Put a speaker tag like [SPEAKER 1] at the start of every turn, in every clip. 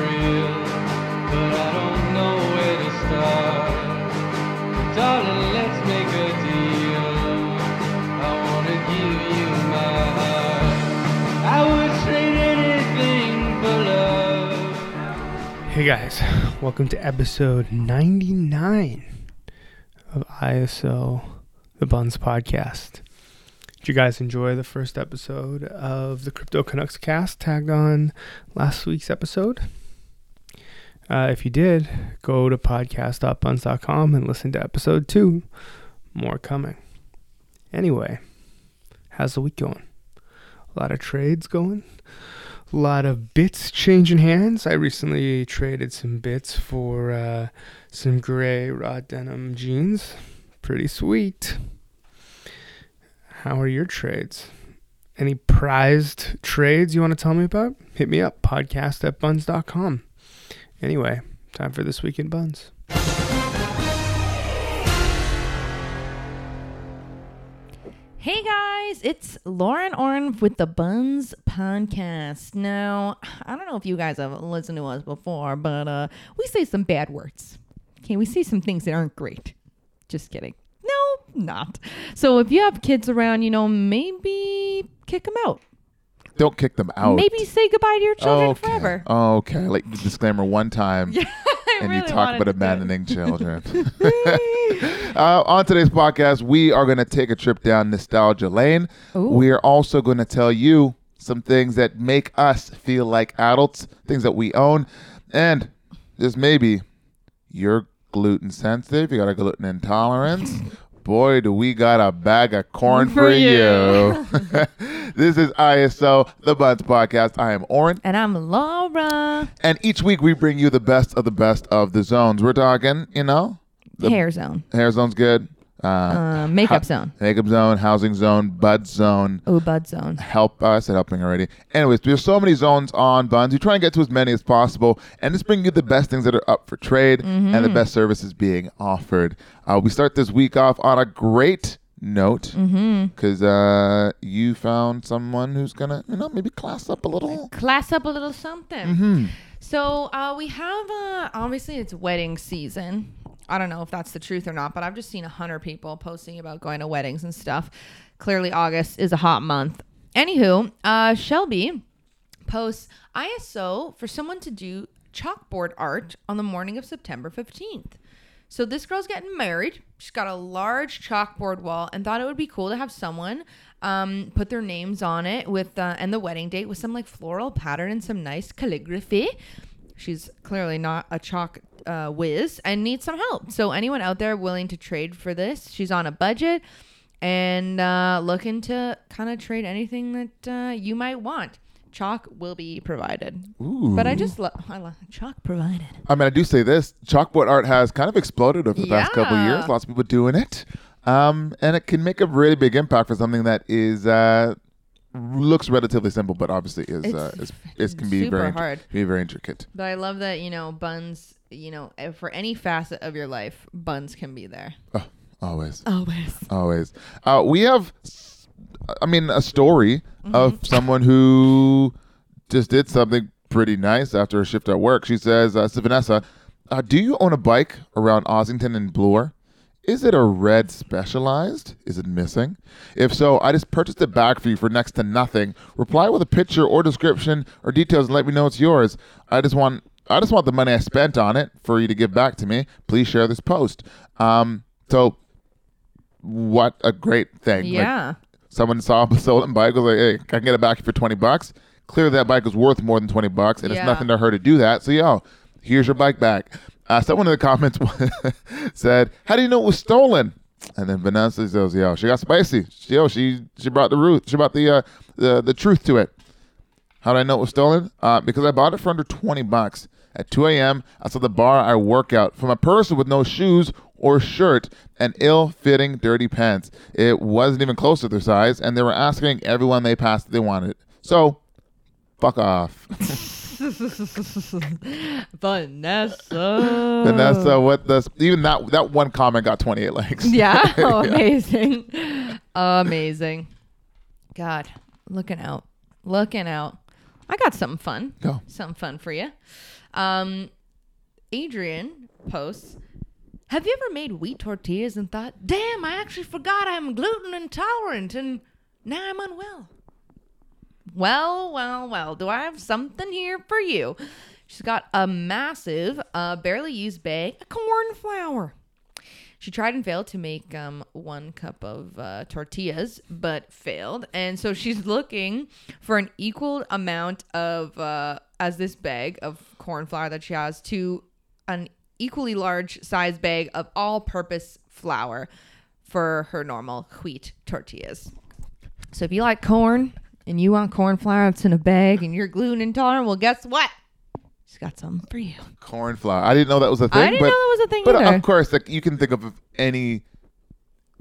[SPEAKER 1] real, but I don't know where to start. Darling, let's make a deal. I wanna give you my heart. I would trade anything for love.
[SPEAKER 2] hey guys, welcome to episode 99 of ISO the Buns podcast. Did you guys enjoy the first episode of the Crypto Canucks cast tagged on last week's episode? Uh, if you did, go to podcast.buns.com and listen to episode two. More coming. Anyway, how's the week going? A lot of trades going. A lot of bits changing hands. I recently traded some bits for uh, some gray raw denim jeans. Pretty sweet. How are your trades? Any prized trades you want to tell me about? Hit me up, podcast at buns.com. Anyway, time for This Week in Buns.
[SPEAKER 3] Hey guys, it's Lauren Orn with the Buns Podcast. Now, I don't know if you guys have listened to us before, but uh, we say some bad words. Okay, we say some things that aren't great. Just kidding. No, not. So if you have kids around, you know, maybe kick them out.
[SPEAKER 4] Don't kick them out.
[SPEAKER 3] Maybe say goodbye to your children
[SPEAKER 4] okay.
[SPEAKER 3] forever.
[SPEAKER 4] Okay. Like the disclaimer one time.
[SPEAKER 3] I
[SPEAKER 4] and
[SPEAKER 3] really
[SPEAKER 4] you talk
[SPEAKER 3] wanted
[SPEAKER 4] about
[SPEAKER 3] to do it.
[SPEAKER 4] abandoning children. uh, on today's podcast, we are going to take a trip down nostalgia lane.
[SPEAKER 3] Ooh.
[SPEAKER 4] We are also going to tell you some things that make us feel like adults, things that we own, and just maybe you're gluten sensitive, you got a gluten intolerance. Boy, do we got a bag of corn
[SPEAKER 3] For
[SPEAKER 4] for,
[SPEAKER 3] you.
[SPEAKER 4] you. this is ISO, the Buds Podcast. I am Oren.
[SPEAKER 3] And I'm Laura.
[SPEAKER 4] And each week we bring you the best of the best of the zones. We're talking, you know, The-
[SPEAKER 3] Hair zone.
[SPEAKER 4] hair zone's good, uh,
[SPEAKER 3] Uh, makeup
[SPEAKER 4] ha-
[SPEAKER 3] zone.
[SPEAKER 4] makeup zone, housing zone, bud zone.
[SPEAKER 3] Oh, bud zone.
[SPEAKER 4] Help us at helping already. Anyways, there's so many zones on buns. We try and get to as many as possible and just bring you the best things that are up for trade and the best services being offered. Uh, we start this week off on a great note because uh, you found someone who's gonna, you know, maybe class up a little.
[SPEAKER 3] class up a little something. So uh, we have uh, obviously it's wedding season. I don't know if that's the truth or not, but I've just seen a hundred people posting about going to weddings and stuff. Clearly, August is a hot month. Anywho, uh, Shelby posts ISO for someone to do chalkboard art on the morning of September 15th. So this girl's getting married. She's got a large chalkboard wall and thought it would be cool to have someone um, put their names on it with uh, and the wedding date with some like floral pattern and some nice calligraphy. She's clearly not a chalk uh, whiz and needs some help. So anyone out there willing to trade for this, she's on a budget and uh, looking to kind of trade anything that uh, you might want. Chalk will be provided.
[SPEAKER 4] Ooh.
[SPEAKER 3] But I just love I lo- chalk provided.
[SPEAKER 4] I mean, I do say this: chalkboard art has kind of exploded over the past couple of
[SPEAKER 3] Yeah.
[SPEAKER 4] years. Lots of people doing it, um, and it can make a really big impact for something that is uh, looks relatively simple, but obviously is uh,
[SPEAKER 3] It's
[SPEAKER 4] is, is can be
[SPEAKER 3] super
[SPEAKER 4] very intri-
[SPEAKER 3] hard.
[SPEAKER 4] be very intricate.
[SPEAKER 3] But I love that you know buns. You know, eh, for any facet of your life, buns can be there.
[SPEAKER 4] Oh, always,
[SPEAKER 3] Always.
[SPEAKER 4] always. Uh, we have, s- I mean, a story of someone who just did something pretty nice after a shift at work. She says, uh, "So Vanessa, uh, do you own a bike around Ossington and Bloor? Is it a red Specialized? Is it missing? If so, I just purchased it back for you for next to nothing. Reply with a picture or description or details and let me know it's yours. I just want." I just want the money I spent on it for you to give back to me. Please share this post. Um, so, what a great thing! Like,
[SPEAKER 3] Yeah.
[SPEAKER 4] someone saw a stolen bike was like, "Hey, I can get it back for twenty bucks." Clearly, that bike was worth more than twenty bucks, and it's
[SPEAKER 3] Yeah.
[SPEAKER 4] nothing to her to do that. So, yo, here's your bike back. Uh, someone in the comments said, "How do you know it was stolen?" And then Vanessa says, "Yo, she got spicy. She- Yo, she she brought the root. She brought the uh, the the truth to it. How did I know it was stolen? Uh, because I bought it for under 20 bucks. At 2 a.m., I saw the bar I work out from a person with no shoes or shirt and ill fitting dirty pants. It wasn't even close to their size, and they were asking everyone they passed that they wanted. it. So, fuck off.
[SPEAKER 3] Vanessa.
[SPEAKER 4] Vanessa, uh, what the even that that one comment got 28 likes.
[SPEAKER 3] Yeah. Oh, amazing. amazing. God, looking out. Looking out. I got something fun.
[SPEAKER 4] Go.
[SPEAKER 3] Something fun for you. Um, Adrian posts Have you ever made wheat tortillas and thought, damn, I actually forgot I'm gluten intolerant and now I'm unwell? Well, well, well, do I have something here for you? She's got a massive, uh, barely used bag of corn flour. She tried and failed to make um, one cup of uh, tortillas, but failed. And so she's looking for an equal amount of, uh, as this bag of corn flour that she has, to an equally large size bag of all purpose flour for her normal wheat tortillas. So if you like corn and you want corn flour that's in a bag and you're gluten intolerant, well, guess what? She's got something for you.
[SPEAKER 4] Corn flour. I didn't know that was a thing.
[SPEAKER 3] I didn't
[SPEAKER 4] but,
[SPEAKER 3] know that was a thing
[SPEAKER 4] But uh,
[SPEAKER 3] either.
[SPEAKER 4] of course, like you can think of any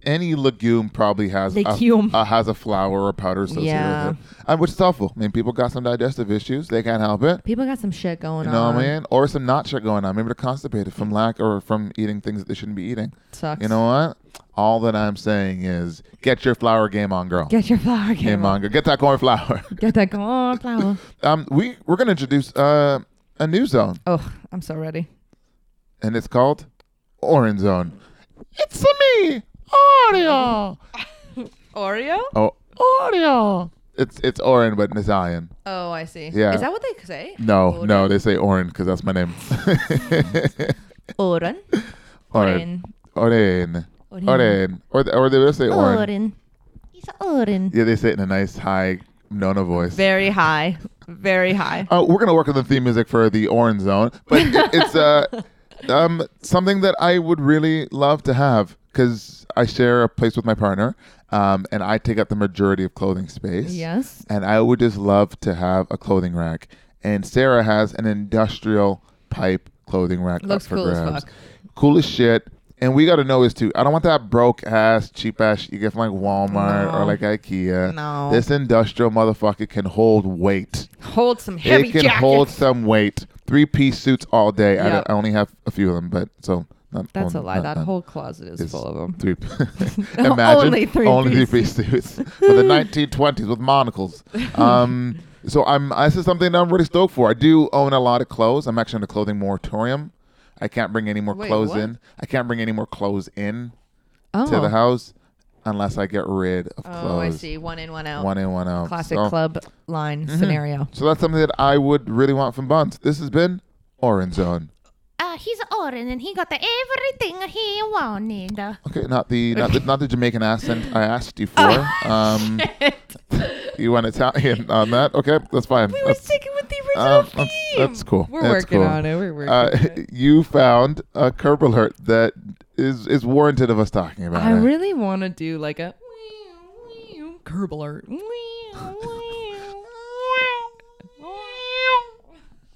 [SPEAKER 4] any legume probably has
[SPEAKER 3] Legume.
[SPEAKER 4] A, uh, has a flour or powder associated
[SPEAKER 3] Yeah.
[SPEAKER 4] with it, uh, which is helpful. I mean, people got some digestive issues; they can't help it.
[SPEAKER 3] People got some shit going
[SPEAKER 4] You know
[SPEAKER 3] on.
[SPEAKER 4] what I mean? Or some not shit going on. Maybe they're constipated from lack or from eating things that they shouldn't be eating.
[SPEAKER 3] Sucks.
[SPEAKER 4] You know what? All that I'm saying is get your flour game on, girl.
[SPEAKER 3] Get your flour game
[SPEAKER 4] game on, girl. Get that corn flour.
[SPEAKER 3] Get that corn flour.
[SPEAKER 4] um, we we're gonna introduce uh, a new zone,
[SPEAKER 3] oh, I'm so ready.
[SPEAKER 4] and it's called Orange Zone. It's a me, Oreo.
[SPEAKER 3] Oreo?
[SPEAKER 4] Oh, Oreo. It's it's Orin, but in Italian.
[SPEAKER 3] Oh, I see.
[SPEAKER 4] Yeah.
[SPEAKER 3] Is that what they say?
[SPEAKER 4] No,
[SPEAKER 3] Oren.
[SPEAKER 4] no, they say Orin because that's my name.
[SPEAKER 3] Oren.
[SPEAKER 4] Orin. Orin.
[SPEAKER 3] Mm.
[SPEAKER 4] Orin. Or th- or they would say Orin.
[SPEAKER 3] He's Oren.
[SPEAKER 4] Yeah, they say it in a nice high Nona voice.
[SPEAKER 3] Very high. Very high.
[SPEAKER 4] Uh, we're gonna work on the theme music for the Orange Zone, but it, it's uh, um, something that I would really love to have because I share a place with my partner, um, and I take up the majority of clothing space.
[SPEAKER 3] Yes.
[SPEAKER 4] and I would just love to have a clothing rack. And Sarah has an industrial pipe clothing rack.
[SPEAKER 3] Looks
[SPEAKER 4] up for
[SPEAKER 3] cool as
[SPEAKER 4] grabs.
[SPEAKER 3] fuck.
[SPEAKER 4] Cool as shit. And we got to know this too. I don't want that broke ass, cheap ass you get from like Walmart
[SPEAKER 3] No.
[SPEAKER 4] or like IKEA.
[SPEAKER 3] No.
[SPEAKER 4] This industrial motherfucker can hold weight.
[SPEAKER 3] Hold some heavy
[SPEAKER 4] it can
[SPEAKER 3] jackets.
[SPEAKER 4] hold some weight. Three piece suits all day. I,
[SPEAKER 3] Yeah.
[SPEAKER 4] don't- I only have a few of them, but so not.
[SPEAKER 3] That's a
[SPEAKER 4] only-
[SPEAKER 3] lie.
[SPEAKER 4] not-
[SPEAKER 3] That
[SPEAKER 4] not-
[SPEAKER 3] whole closet is
[SPEAKER 4] uh, is
[SPEAKER 3] full of them.
[SPEAKER 4] Three. Imagine
[SPEAKER 3] Only three
[SPEAKER 4] piece suits for the 1920s with monocles. Um, so I'm. This is something that I'm really stoked for. I do own a lot of clothes. I'm actually on a clothing moratorium. I can't bring any more
[SPEAKER 3] Wait,
[SPEAKER 4] clothes
[SPEAKER 3] what?
[SPEAKER 4] in. I can't bring any more clothes in
[SPEAKER 3] Oh.
[SPEAKER 4] to the house unless I get rid of clothes.
[SPEAKER 3] oh, I see. One in, one out.
[SPEAKER 4] One in, one out.
[SPEAKER 3] Classic
[SPEAKER 4] so, Mm-hmm.
[SPEAKER 3] club line scenario.
[SPEAKER 4] So that's something that I would really want from Buns. This has been Orange Zone.
[SPEAKER 5] uh, he's Oren and he got the everything he wanted.
[SPEAKER 4] Okay, not the not the, not the Jamaican accent I asked you for.
[SPEAKER 5] Oh,
[SPEAKER 4] um, you want Italian on that? Okay, that's fine.
[SPEAKER 3] We were
[SPEAKER 4] That's-
[SPEAKER 3] sticking with the original
[SPEAKER 4] um,
[SPEAKER 3] theme.
[SPEAKER 4] that's, that's cool.
[SPEAKER 3] We're
[SPEAKER 4] That's
[SPEAKER 3] working
[SPEAKER 4] cool.
[SPEAKER 3] on it. We're working
[SPEAKER 4] Uh,
[SPEAKER 3] on it.
[SPEAKER 4] you found a curb alert that is is warranted of us talking about
[SPEAKER 3] I
[SPEAKER 4] it.
[SPEAKER 3] really want to do like a curb alert.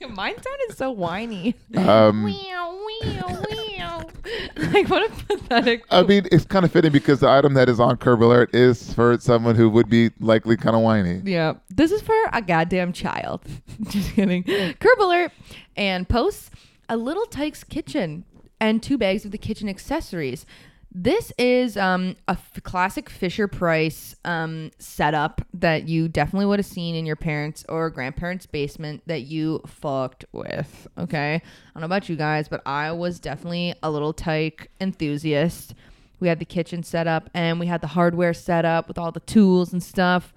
[SPEAKER 3] Mine sounded so whiny.
[SPEAKER 4] um,
[SPEAKER 3] like what a pathetic.
[SPEAKER 4] I mean, it's kind of fitting because the item that is on curb alert is for someone who would be likely kind of whiny.
[SPEAKER 3] yeah, this is for a goddamn child. Just kidding. Curb alert and posts a little Tyke's kitchen and two bags of the kitchen accessories. This is um, a f- classic Fisher Price um, setup that you definitely would have seen in your parents' or grandparents' basement that you fucked with. Okay. I don't know about you guys, but I was definitely a little Tyke enthusiast. We had the kitchen set up and we had the hardware set up with all the tools and stuff.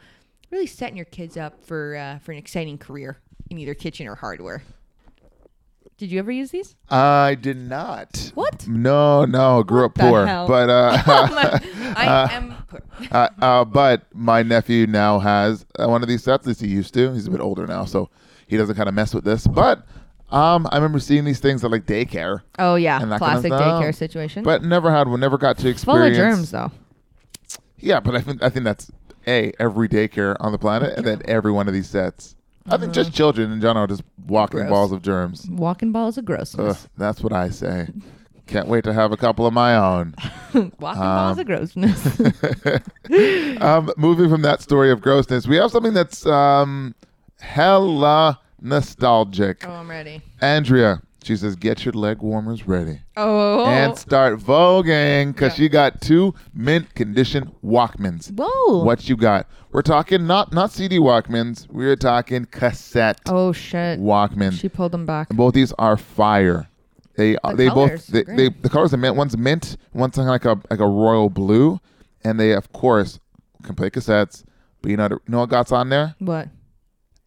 [SPEAKER 3] Really setting your kids up for uh, for an exciting career in either kitchen or hardware. Did you ever use these?
[SPEAKER 4] I did not.
[SPEAKER 3] What?
[SPEAKER 4] No, no. Grew up
[SPEAKER 3] the
[SPEAKER 4] poor,
[SPEAKER 3] hell?
[SPEAKER 4] but uh,
[SPEAKER 3] I am poor.
[SPEAKER 4] uh, uh, but my nephew now has uh, one of these sets. At least he used to. He's a bit older now, so he doesn't kind of mess with this. But um, I remember seeing these things at like daycare,
[SPEAKER 3] Oh yeah,
[SPEAKER 4] And that kind of
[SPEAKER 3] classic
[SPEAKER 4] stuff.
[SPEAKER 3] daycare situation.
[SPEAKER 4] but never had one. Never got to
[SPEAKER 3] full of
[SPEAKER 4] experience.
[SPEAKER 3] germs though.
[SPEAKER 4] Yeah, but I think I think that's a every daycare on the planet, and then every one of these sets. I think just children in general are just walking
[SPEAKER 3] Uh-huh. Gross.
[SPEAKER 4] balls of germs.
[SPEAKER 3] Walking balls of
[SPEAKER 4] Ugh,
[SPEAKER 3] grossness.
[SPEAKER 4] that's what I say. Can't wait to have a couple of my own.
[SPEAKER 3] Walking
[SPEAKER 4] Uh,
[SPEAKER 3] balls of grossness.
[SPEAKER 4] um, moving from that story of grossness, we have something that's um, hella nostalgic.
[SPEAKER 3] Oh, I'm ready.
[SPEAKER 4] Andrea, she says, get your leg warmers ready
[SPEAKER 3] Oh.
[SPEAKER 4] and start voguing because
[SPEAKER 3] Yeah.
[SPEAKER 4] you got two mint condition Walkmans.
[SPEAKER 3] Whoa.
[SPEAKER 4] What you got? We're talking not not CD Walkmans. We're talking cassette
[SPEAKER 3] Oh shit.
[SPEAKER 4] Walkmans.
[SPEAKER 3] She pulled them back.
[SPEAKER 4] And both these are fire. They
[SPEAKER 3] The
[SPEAKER 4] they both
[SPEAKER 3] colors
[SPEAKER 4] they,
[SPEAKER 3] are
[SPEAKER 4] they
[SPEAKER 3] great.
[SPEAKER 4] the colors are mint. One's mint, one's kinda like a like a royal blue, and they of course can play cassettes. But you know you know what got's on there?
[SPEAKER 3] What?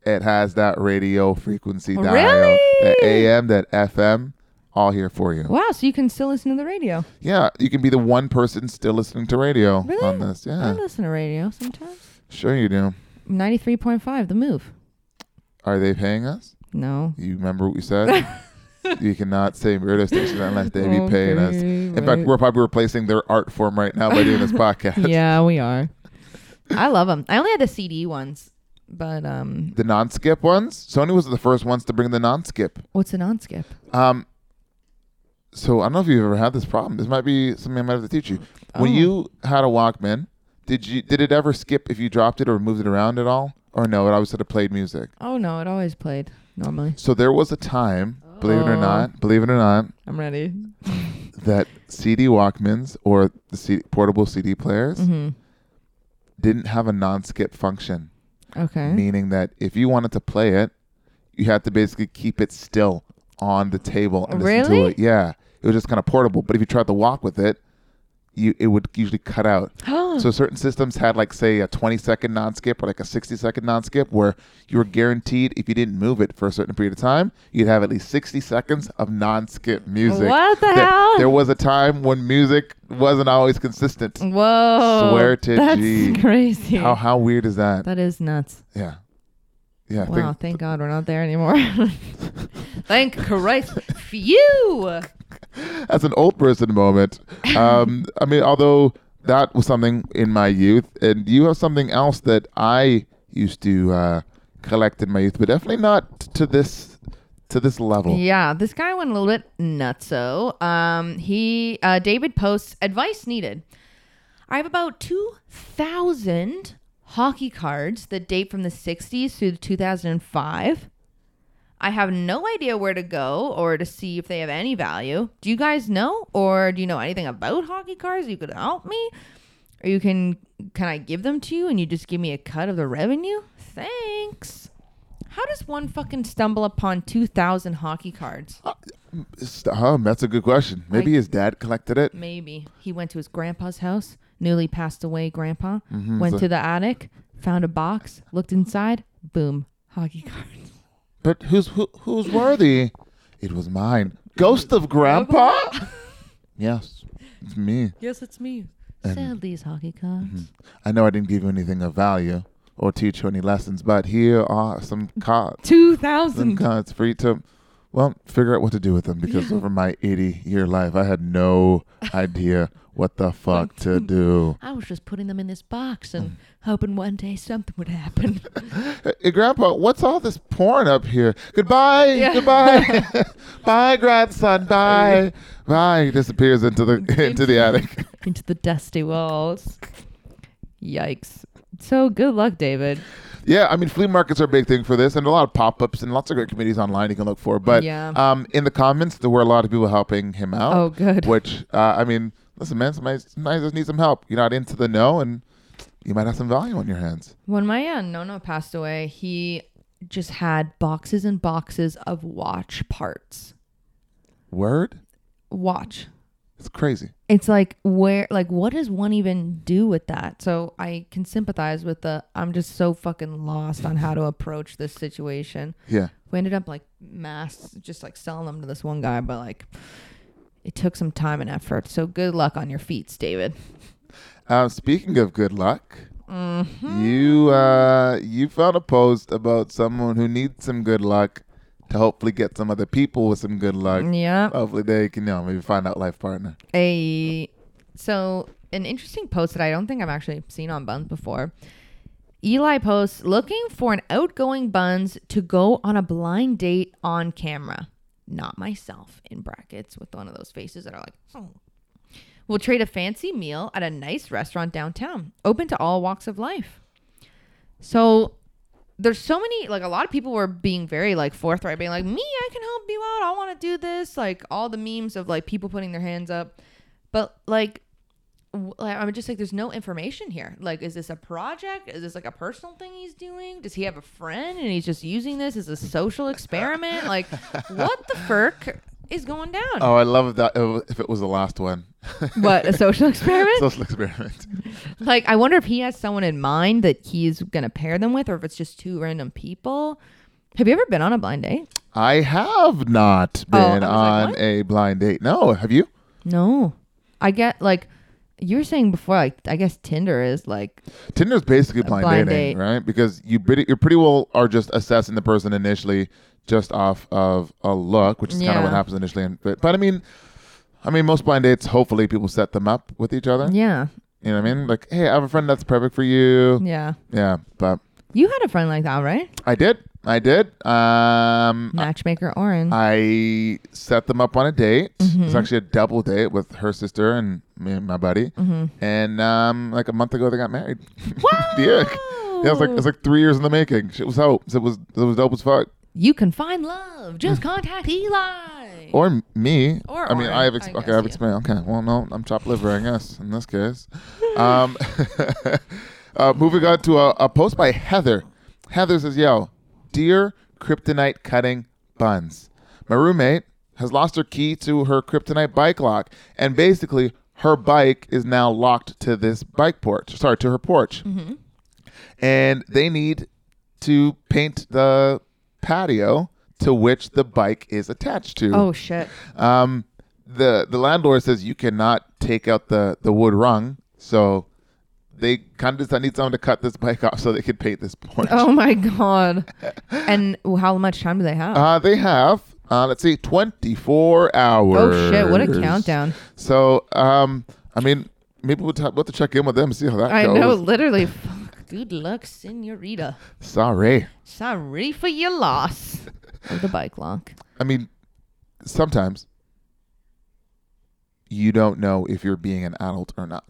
[SPEAKER 4] It has that radio frequency dial,
[SPEAKER 3] Really?
[SPEAKER 4] that AM, that FM, all here for you.
[SPEAKER 3] Wow. So you can still listen to the radio.
[SPEAKER 4] Yeah, you can be the one person still listening to radio
[SPEAKER 3] Really?
[SPEAKER 4] on this.
[SPEAKER 3] I
[SPEAKER 4] Yeah,
[SPEAKER 3] listen to radio sometimes.
[SPEAKER 4] sure you do.
[SPEAKER 3] Ninety-three point five. The move.
[SPEAKER 4] Are they paying us?
[SPEAKER 3] No.
[SPEAKER 4] You remember what we said? you cannot say radio station unless they
[SPEAKER 3] Oh,
[SPEAKER 4] be paying us.
[SPEAKER 3] Okay,
[SPEAKER 4] In fact,
[SPEAKER 3] right.
[SPEAKER 4] we're probably replacing their art form right now by doing this podcast.
[SPEAKER 3] yeah, we are. I love them. I only had the CD ones, but um,
[SPEAKER 4] The non-skip ones. Sony was the first ones to bring the non-skip.
[SPEAKER 3] what's a non-skip?
[SPEAKER 4] Um, so I don't know if you've ever had this problem. This might be something I might have to teach you. When
[SPEAKER 3] Oh.
[SPEAKER 4] you had a Walkman, did you did it ever skip if you dropped it or moved it around at all, or no? It always sort of played music.
[SPEAKER 3] Oh no, it always played normally.
[SPEAKER 4] So there was a time, believe it or
[SPEAKER 3] Oh.
[SPEAKER 4] not, believe it or not,
[SPEAKER 3] I'm ready.
[SPEAKER 4] that CD Walkmans or the CD, portable CD players
[SPEAKER 3] hmm
[SPEAKER 4] didn't have a non-skip function.
[SPEAKER 3] Okay.
[SPEAKER 4] meaning that if you wanted to play it, you had to basically keep it still on the table and listen to
[SPEAKER 3] Really?
[SPEAKER 4] it. Yeah, it was just kind of portable. But if you tried to walk with it, you it would usually cut out.
[SPEAKER 3] Oh,
[SPEAKER 4] So certain systems had like say a 20 second non-skip or like a 60 second non-skip where you were guaranteed if you didn't move it for a certain period of time, you'd have at least 60 seconds of non-skip music.
[SPEAKER 3] What the
[SPEAKER 4] There-
[SPEAKER 3] hell?
[SPEAKER 4] There was a time when music wasn't always consistent.
[SPEAKER 3] Whoa.
[SPEAKER 4] Swear to
[SPEAKER 3] That's
[SPEAKER 4] G.
[SPEAKER 3] crazy.
[SPEAKER 4] How how weird is that?
[SPEAKER 3] that is nuts.
[SPEAKER 4] yeah. Yeah, I think-
[SPEAKER 3] wow, thank God we're not there anymore. thank Christ. Phew.
[SPEAKER 4] That's an old person moment. Um, I mean, although that was something in my youth, and you have something else that I used to uh, collect in my youth, but definitely not t- to this to this level.
[SPEAKER 3] Yeah, this guy went a little bit nutso. Um, he uh, David posts advice needed. I have about two thousand hockey cards that date from the '60s through 2005. I have no idea where to go or to see if they have any value. Do you guys know, or do you know anything about hockey cards? You could help me, or you can can I give them to you and you just give me a cut of the revenue? Thanks. How does one fucking stumble upon 2,000 hockey cards?
[SPEAKER 4] It's- huh, that's a good question. Maybe
[SPEAKER 3] Like-
[SPEAKER 4] his dad collected it.
[SPEAKER 3] Maybe. He went to his grandpa's house, newly passed away grandpa, went to the attic, found a box, looked inside, boom, hockey cards.
[SPEAKER 4] But who's who, who's worthy? It was mine. Ghost of Grandpa. yes, it's me.
[SPEAKER 3] Yes, it's me. Mm-hmm. Sell these hockey cards.
[SPEAKER 4] I know I didn't give you anything of value or teach you any lessons, but here are some cards.
[SPEAKER 3] 2,000.
[SPEAKER 4] them cards for you to well figure out what to do with them because over my 80 year life i had no idea what the fuck to do
[SPEAKER 3] I was just putting them in this box and hoping one day something would happen.
[SPEAKER 4] Hey, hey, grandpa what's all this porn up here goodbye
[SPEAKER 3] Yeah.
[SPEAKER 4] goodbye bye grandson bye bye he disappears into the into the attic
[SPEAKER 3] into the dusty walls. Yikes. So good luck, David.
[SPEAKER 4] yeah i mean flea markets are a big thing for this and a lot of pop-ups and lots of great communities online you can look for but
[SPEAKER 3] Yeah.
[SPEAKER 4] um in the comments there were a lot of people helping him out
[SPEAKER 3] Oh, good.
[SPEAKER 4] Which uh, I mean, listen, man, somebody, somebody just needs some help. You're not into the know, and you might have some value on your hands.
[SPEAKER 3] When my aunt Nono passed away, he just had boxes and boxes of watch parts.
[SPEAKER 4] Word,
[SPEAKER 3] Watch.
[SPEAKER 4] it's crazy.
[SPEAKER 3] It's like where like what does one even do with that? So I can sympathize with the I'm just so fucking lost on how to approach this situation.
[SPEAKER 4] Yeah,
[SPEAKER 3] We ended up like mass just like selling them to this one guy, but like it took some time and effort. So good luck on your feats, David.
[SPEAKER 4] Um, speaking of good luck,
[SPEAKER 3] Mm,
[SPEAKER 4] you uh, you found a post about someone who needs some good luck to hopefully get some other people with some good luck.
[SPEAKER 3] Yeah.
[SPEAKER 4] Hopefully they can, you know, maybe find out life partner.
[SPEAKER 3] a so an interesting post that I don't think I've actually seen on Buns before. Eli posts looking for an outgoing Buns to go on a blind date on camera. Not myself in brackets with one of those faces that are like, oh. We'll trade a fancy meal at a nice restaurant downtown, open to all walks of life. So there's so many like a lot of people were being very like forthright, being like, "Me, I can help you out. I want to do this." Like all the memes of like people putting their hands up, but like. w- Like, I'm just like, there's no information here. Like, is this a project? Is this like a personal thing he's doing? Does he have a friend and he's just using this as a social experiment? Like, what the frick is going down?
[SPEAKER 4] Oh, I love that. oh, If it was the last one,
[SPEAKER 3] What a social experiment?
[SPEAKER 4] social experiment.
[SPEAKER 3] like i wonder if he has someone in mind that he's gonna pair them with or if it's just two random people have you ever been on a blind date
[SPEAKER 4] I have not
[SPEAKER 3] Oh, I was
[SPEAKER 4] been
[SPEAKER 3] like,
[SPEAKER 4] on
[SPEAKER 3] what?
[SPEAKER 4] a blind date. No, have you?
[SPEAKER 3] no i get like you were saying before like i guess tinder is like
[SPEAKER 4] Tinder's basically blind,
[SPEAKER 3] blind
[SPEAKER 4] dating,
[SPEAKER 3] date.
[SPEAKER 4] right? Because you pretty, you pretty well are just assessing the person initially just off of a look, which is kind
[SPEAKER 3] Yeah.
[SPEAKER 4] of what happens initially. And, but, but I mean, I mean, most blind dates, hopefully, people set them up with each other.
[SPEAKER 3] yeah
[SPEAKER 4] You know what I mean? Like, hey, I have a friend that's perfect for you.
[SPEAKER 3] yeah
[SPEAKER 4] Yeah, but
[SPEAKER 3] you had a friend like that right
[SPEAKER 4] I did, I did. Um,
[SPEAKER 3] matchmaker orange
[SPEAKER 4] uh, I set them up on a date. It was actually a double date with her sister and me and my buddy. And um, like a month ago, they got married. yeah, yeah. It was like it was like three years in the making. Shit was hope. It was it was dope as fuck.
[SPEAKER 3] you can find love just contact eli
[SPEAKER 4] Hmm. Or m- me.
[SPEAKER 3] Or
[SPEAKER 4] I mean, I have
[SPEAKER 3] Oren,
[SPEAKER 4] ex-
[SPEAKER 3] I
[SPEAKER 4] okay. I have
[SPEAKER 3] guess,
[SPEAKER 4] explained. Okay. Well, no, I'm chopped liver, I guess. In this case, um, uh, moving on to a, a post by Heather. Heather says, "Yo, dear kryptonite cutting buns, my roommate has lost her key to her kryptonite bike lock, and basically." Her bike is now locked to this bike porch. Sorry, to her porch
[SPEAKER 3] Mm-hmm.
[SPEAKER 4] and they need to paint the patio to which the bike is attached to.
[SPEAKER 3] oh shit
[SPEAKER 4] Um, the the landlord says you cannot take out the the wood rung, so they kind of decide need someone to cut this bike off so they could paint this porch.
[SPEAKER 3] oh my god and how much time do they have
[SPEAKER 4] Uh, they have uh, let's see, twenty four hours.
[SPEAKER 3] oh shit what a countdown
[SPEAKER 4] So, um, I mean, maybe we'll, t- we'll have to check in with them and see how that
[SPEAKER 3] i
[SPEAKER 4] goes.
[SPEAKER 3] know literally Fuck. good luck senorita
[SPEAKER 4] Sorry.
[SPEAKER 3] Sorry for your loss. Of the bike lock.
[SPEAKER 4] I mean, sometimes you don't know if you're being an adult or not,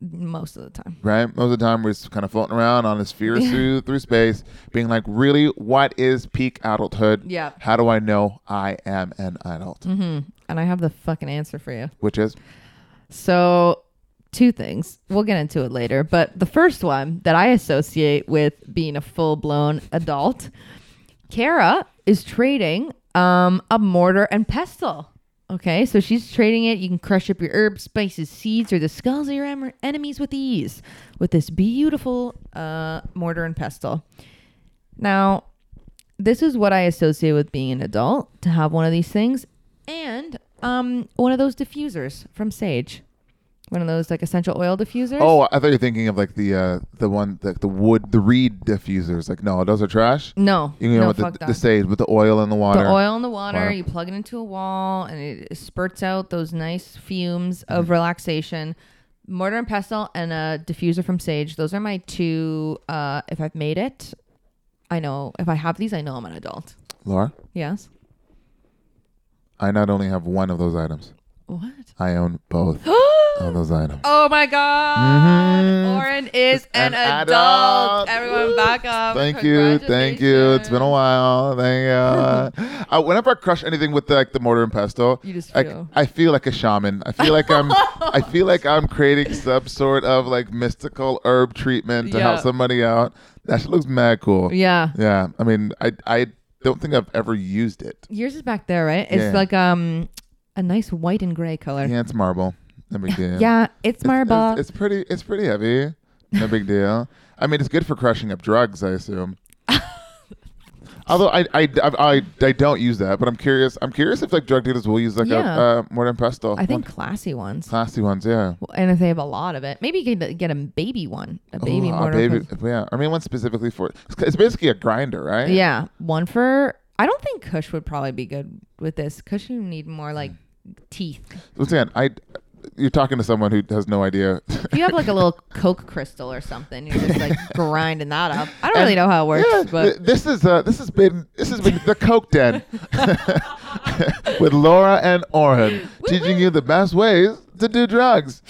[SPEAKER 3] Most of the time.
[SPEAKER 4] right? Most of the time, we're just kind of floating around on this sphere through, through space, being like, really, what is peak adulthood?
[SPEAKER 3] Yeah.
[SPEAKER 4] How do I know I am an adult?
[SPEAKER 3] Mm-hmm. And I have the fucking answer for you.
[SPEAKER 4] Which is,
[SPEAKER 3] So, two things. We'll get into it later. But the first one that I associate with being a full blown adult, Kara is trading um, a mortar and pestle. Okay, so she's trading it. You can crush up your herbs, spices, seeds, or the skulls of your em- enemies with ease with this beautiful uh, mortar and pestle. Now, this is what I associate with being an adult to have one of these things and um one of those diffusers from Sage. One of those like essential oil diffusers.
[SPEAKER 4] oh, I thought you were thinking of like the uh, the one, like the wood, the reed diffusers. Like, no, those are trash.
[SPEAKER 3] no.
[SPEAKER 4] You know,
[SPEAKER 3] no,
[SPEAKER 4] with
[SPEAKER 3] fuck
[SPEAKER 4] the,
[SPEAKER 3] that.
[SPEAKER 4] the sage with the oil in the water.
[SPEAKER 3] The oil in the water,
[SPEAKER 4] Water.
[SPEAKER 3] you plug it into a wall, and it spurts out those nice fumes
[SPEAKER 4] Mm-hmm.
[SPEAKER 3] of relaxation. Mortar and pestle and a diffuser from Sage. Those are my two. Uh, if I've made it, I know. If I have these, I know I'm an adult.
[SPEAKER 4] Laura,
[SPEAKER 3] Yes.
[SPEAKER 4] I not only have one of those items,
[SPEAKER 3] What?
[SPEAKER 4] I own both of those items.
[SPEAKER 3] Oh my God! Oren is an,
[SPEAKER 4] An
[SPEAKER 3] adult.
[SPEAKER 4] adult.
[SPEAKER 3] Everyone,
[SPEAKER 4] Woo.
[SPEAKER 3] back up!
[SPEAKER 4] Thank you, thank you. It's been a while. Thank you. uh, whenever I crush anything with like the mortar and pestle,
[SPEAKER 3] You just feel-
[SPEAKER 4] I, I feel like a shaman. I feel like I'm. I feel like I'm creating some sort of like mystical herb treatment to
[SPEAKER 3] Yeah.
[SPEAKER 4] help somebody out. That shit looks mad cool.
[SPEAKER 3] Yeah,
[SPEAKER 4] Yeah. I mean, I I don't think I've ever used it.
[SPEAKER 3] yours is back there, right? It's
[SPEAKER 4] Yeah.
[SPEAKER 3] like um a nice white and gray color. Yeah,
[SPEAKER 4] Yeah, it's marble. No big deal.
[SPEAKER 3] it's
[SPEAKER 4] It's- it's-
[SPEAKER 3] marble.
[SPEAKER 4] It's, pretty. It's pretty heavy. No big deal. I mean, it's good for crushing up drugs, I assume. Although I I, I, I I don't use that, but I'm curious. I'm curious if like drug dealers will use like
[SPEAKER 3] Yeah.
[SPEAKER 4] a uh, mortar and pestle.
[SPEAKER 3] I think
[SPEAKER 4] One-
[SPEAKER 3] classy ones,
[SPEAKER 4] classy ones, yeah.
[SPEAKER 3] Well, and if they have a lot of it, maybe you can get a baby one, a baby
[SPEAKER 4] Ooh, Oh, a
[SPEAKER 3] mortar.
[SPEAKER 4] baby,
[SPEAKER 3] pestle.
[SPEAKER 4] yeah. I mean, one specifically for it's, it's basically a grinder, right?
[SPEAKER 3] Yeah, one for. I don't think Kush would probably be good with this. Kush, you need more like teeth.
[SPEAKER 4] Once again, I you're talking to someone who has no idea.
[SPEAKER 3] If you have like a little Coke crystal or something, you're just like grinding that up. I don't really know how it works,
[SPEAKER 4] Yeah,
[SPEAKER 3] but
[SPEAKER 4] th- this is uh, this has been this has been the Coke Den with Laura and Oren teaching you the best ways to do drugs.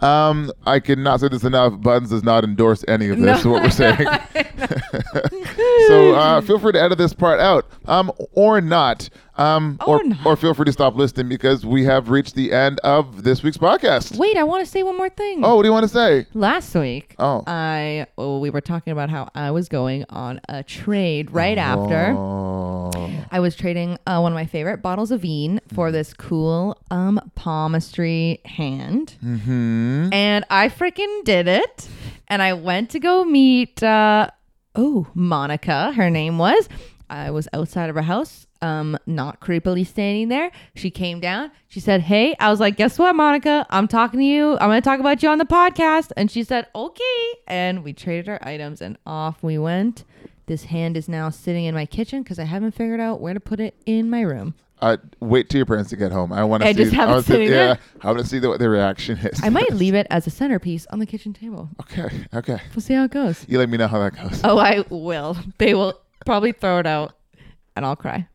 [SPEAKER 4] Um, I cannot say this enough. Buns does not endorse any of this.
[SPEAKER 3] No.
[SPEAKER 4] What we're saying. so uh, feel free to edit this part out, um, or not, um, or
[SPEAKER 3] Or not.
[SPEAKER 4] or feel free to stop listening because we have reached the end of this week's podcast.
[SPEAKER 3] Wait, I want to say one more thing.
[SPEAKER 4] Oh, what do you want to say?
[SPEAKER 3] Last week,
[SPEAKER 4] Oh.
[SPEAKER 3] I oh, we were talking about how I was going on a trade right after.
[SPEAKER 4] Oh.
[SPEAKER 3] I was trading uh, one of my favorite bottles of vine for this cool um palmistry hand, mm-hmm. and I freaking did it. And I went to go meet uh, oh Monica, her name was. I was outside of her house, um, not creepily standing there. She came down. She said, "Hey," I was like, "Guess what, Monica? I'm talking to you. I'm going to talk about you on the podcast." And she said, "Okay." And we traded our items, and off we went. This hand is now sitting in my kitchen because I haven't figured out where to put it in my room.
[SPEAKER 4] Uh, wait till your parents to get home. I want to
[SPEAKER 3] I
[SPEAKER 4] see.
[SPEAKER 3] just haven't
[SPEAKER 4] wanna see-
[SPEAKER 3] seen it
[SPEAKER 4] yeah,
[SPEAKER 3] yet.
[SPEAKER 4] I want to see the, what their reaction is.
[SPEAKER 3] I might leave it as a centerpiece on the kitchen table.
[SPEAKER 4] okay, okay.
[SPEAKER 3] We'll see how it goes.
[SPEAKER 4] You let me know how that goes.
[SPEAKER 3] Oh, I will. They will probably throw it out, and I'll cry.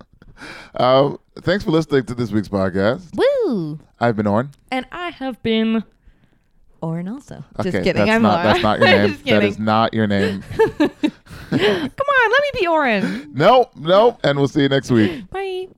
[SPEAKER 4] Um, thanks for listening to this week's podcast.
[SPEAKER 3] Woo!
[SPEAKER 4] I've been Orn.
[SPEAKER 3] And I have been Orin also. just kidding.
[SPEAKER 4] that's
[SPEAKER 3] I'm
[SPEAKER 4] not
[SPEAKER 3] Laura.
[SPEAKER 4] that's not your name.
[SPEAKER 3] just
[SPEAKER 4] that
[SPEAKER 3] kidding.
[SPEAKER 4] is not your name.
[SPEAKER 3] Come on, let me be Orin.
[SPEAKER 4] no, no. And we'll see you next week.
[SPEAKER 3] Bye.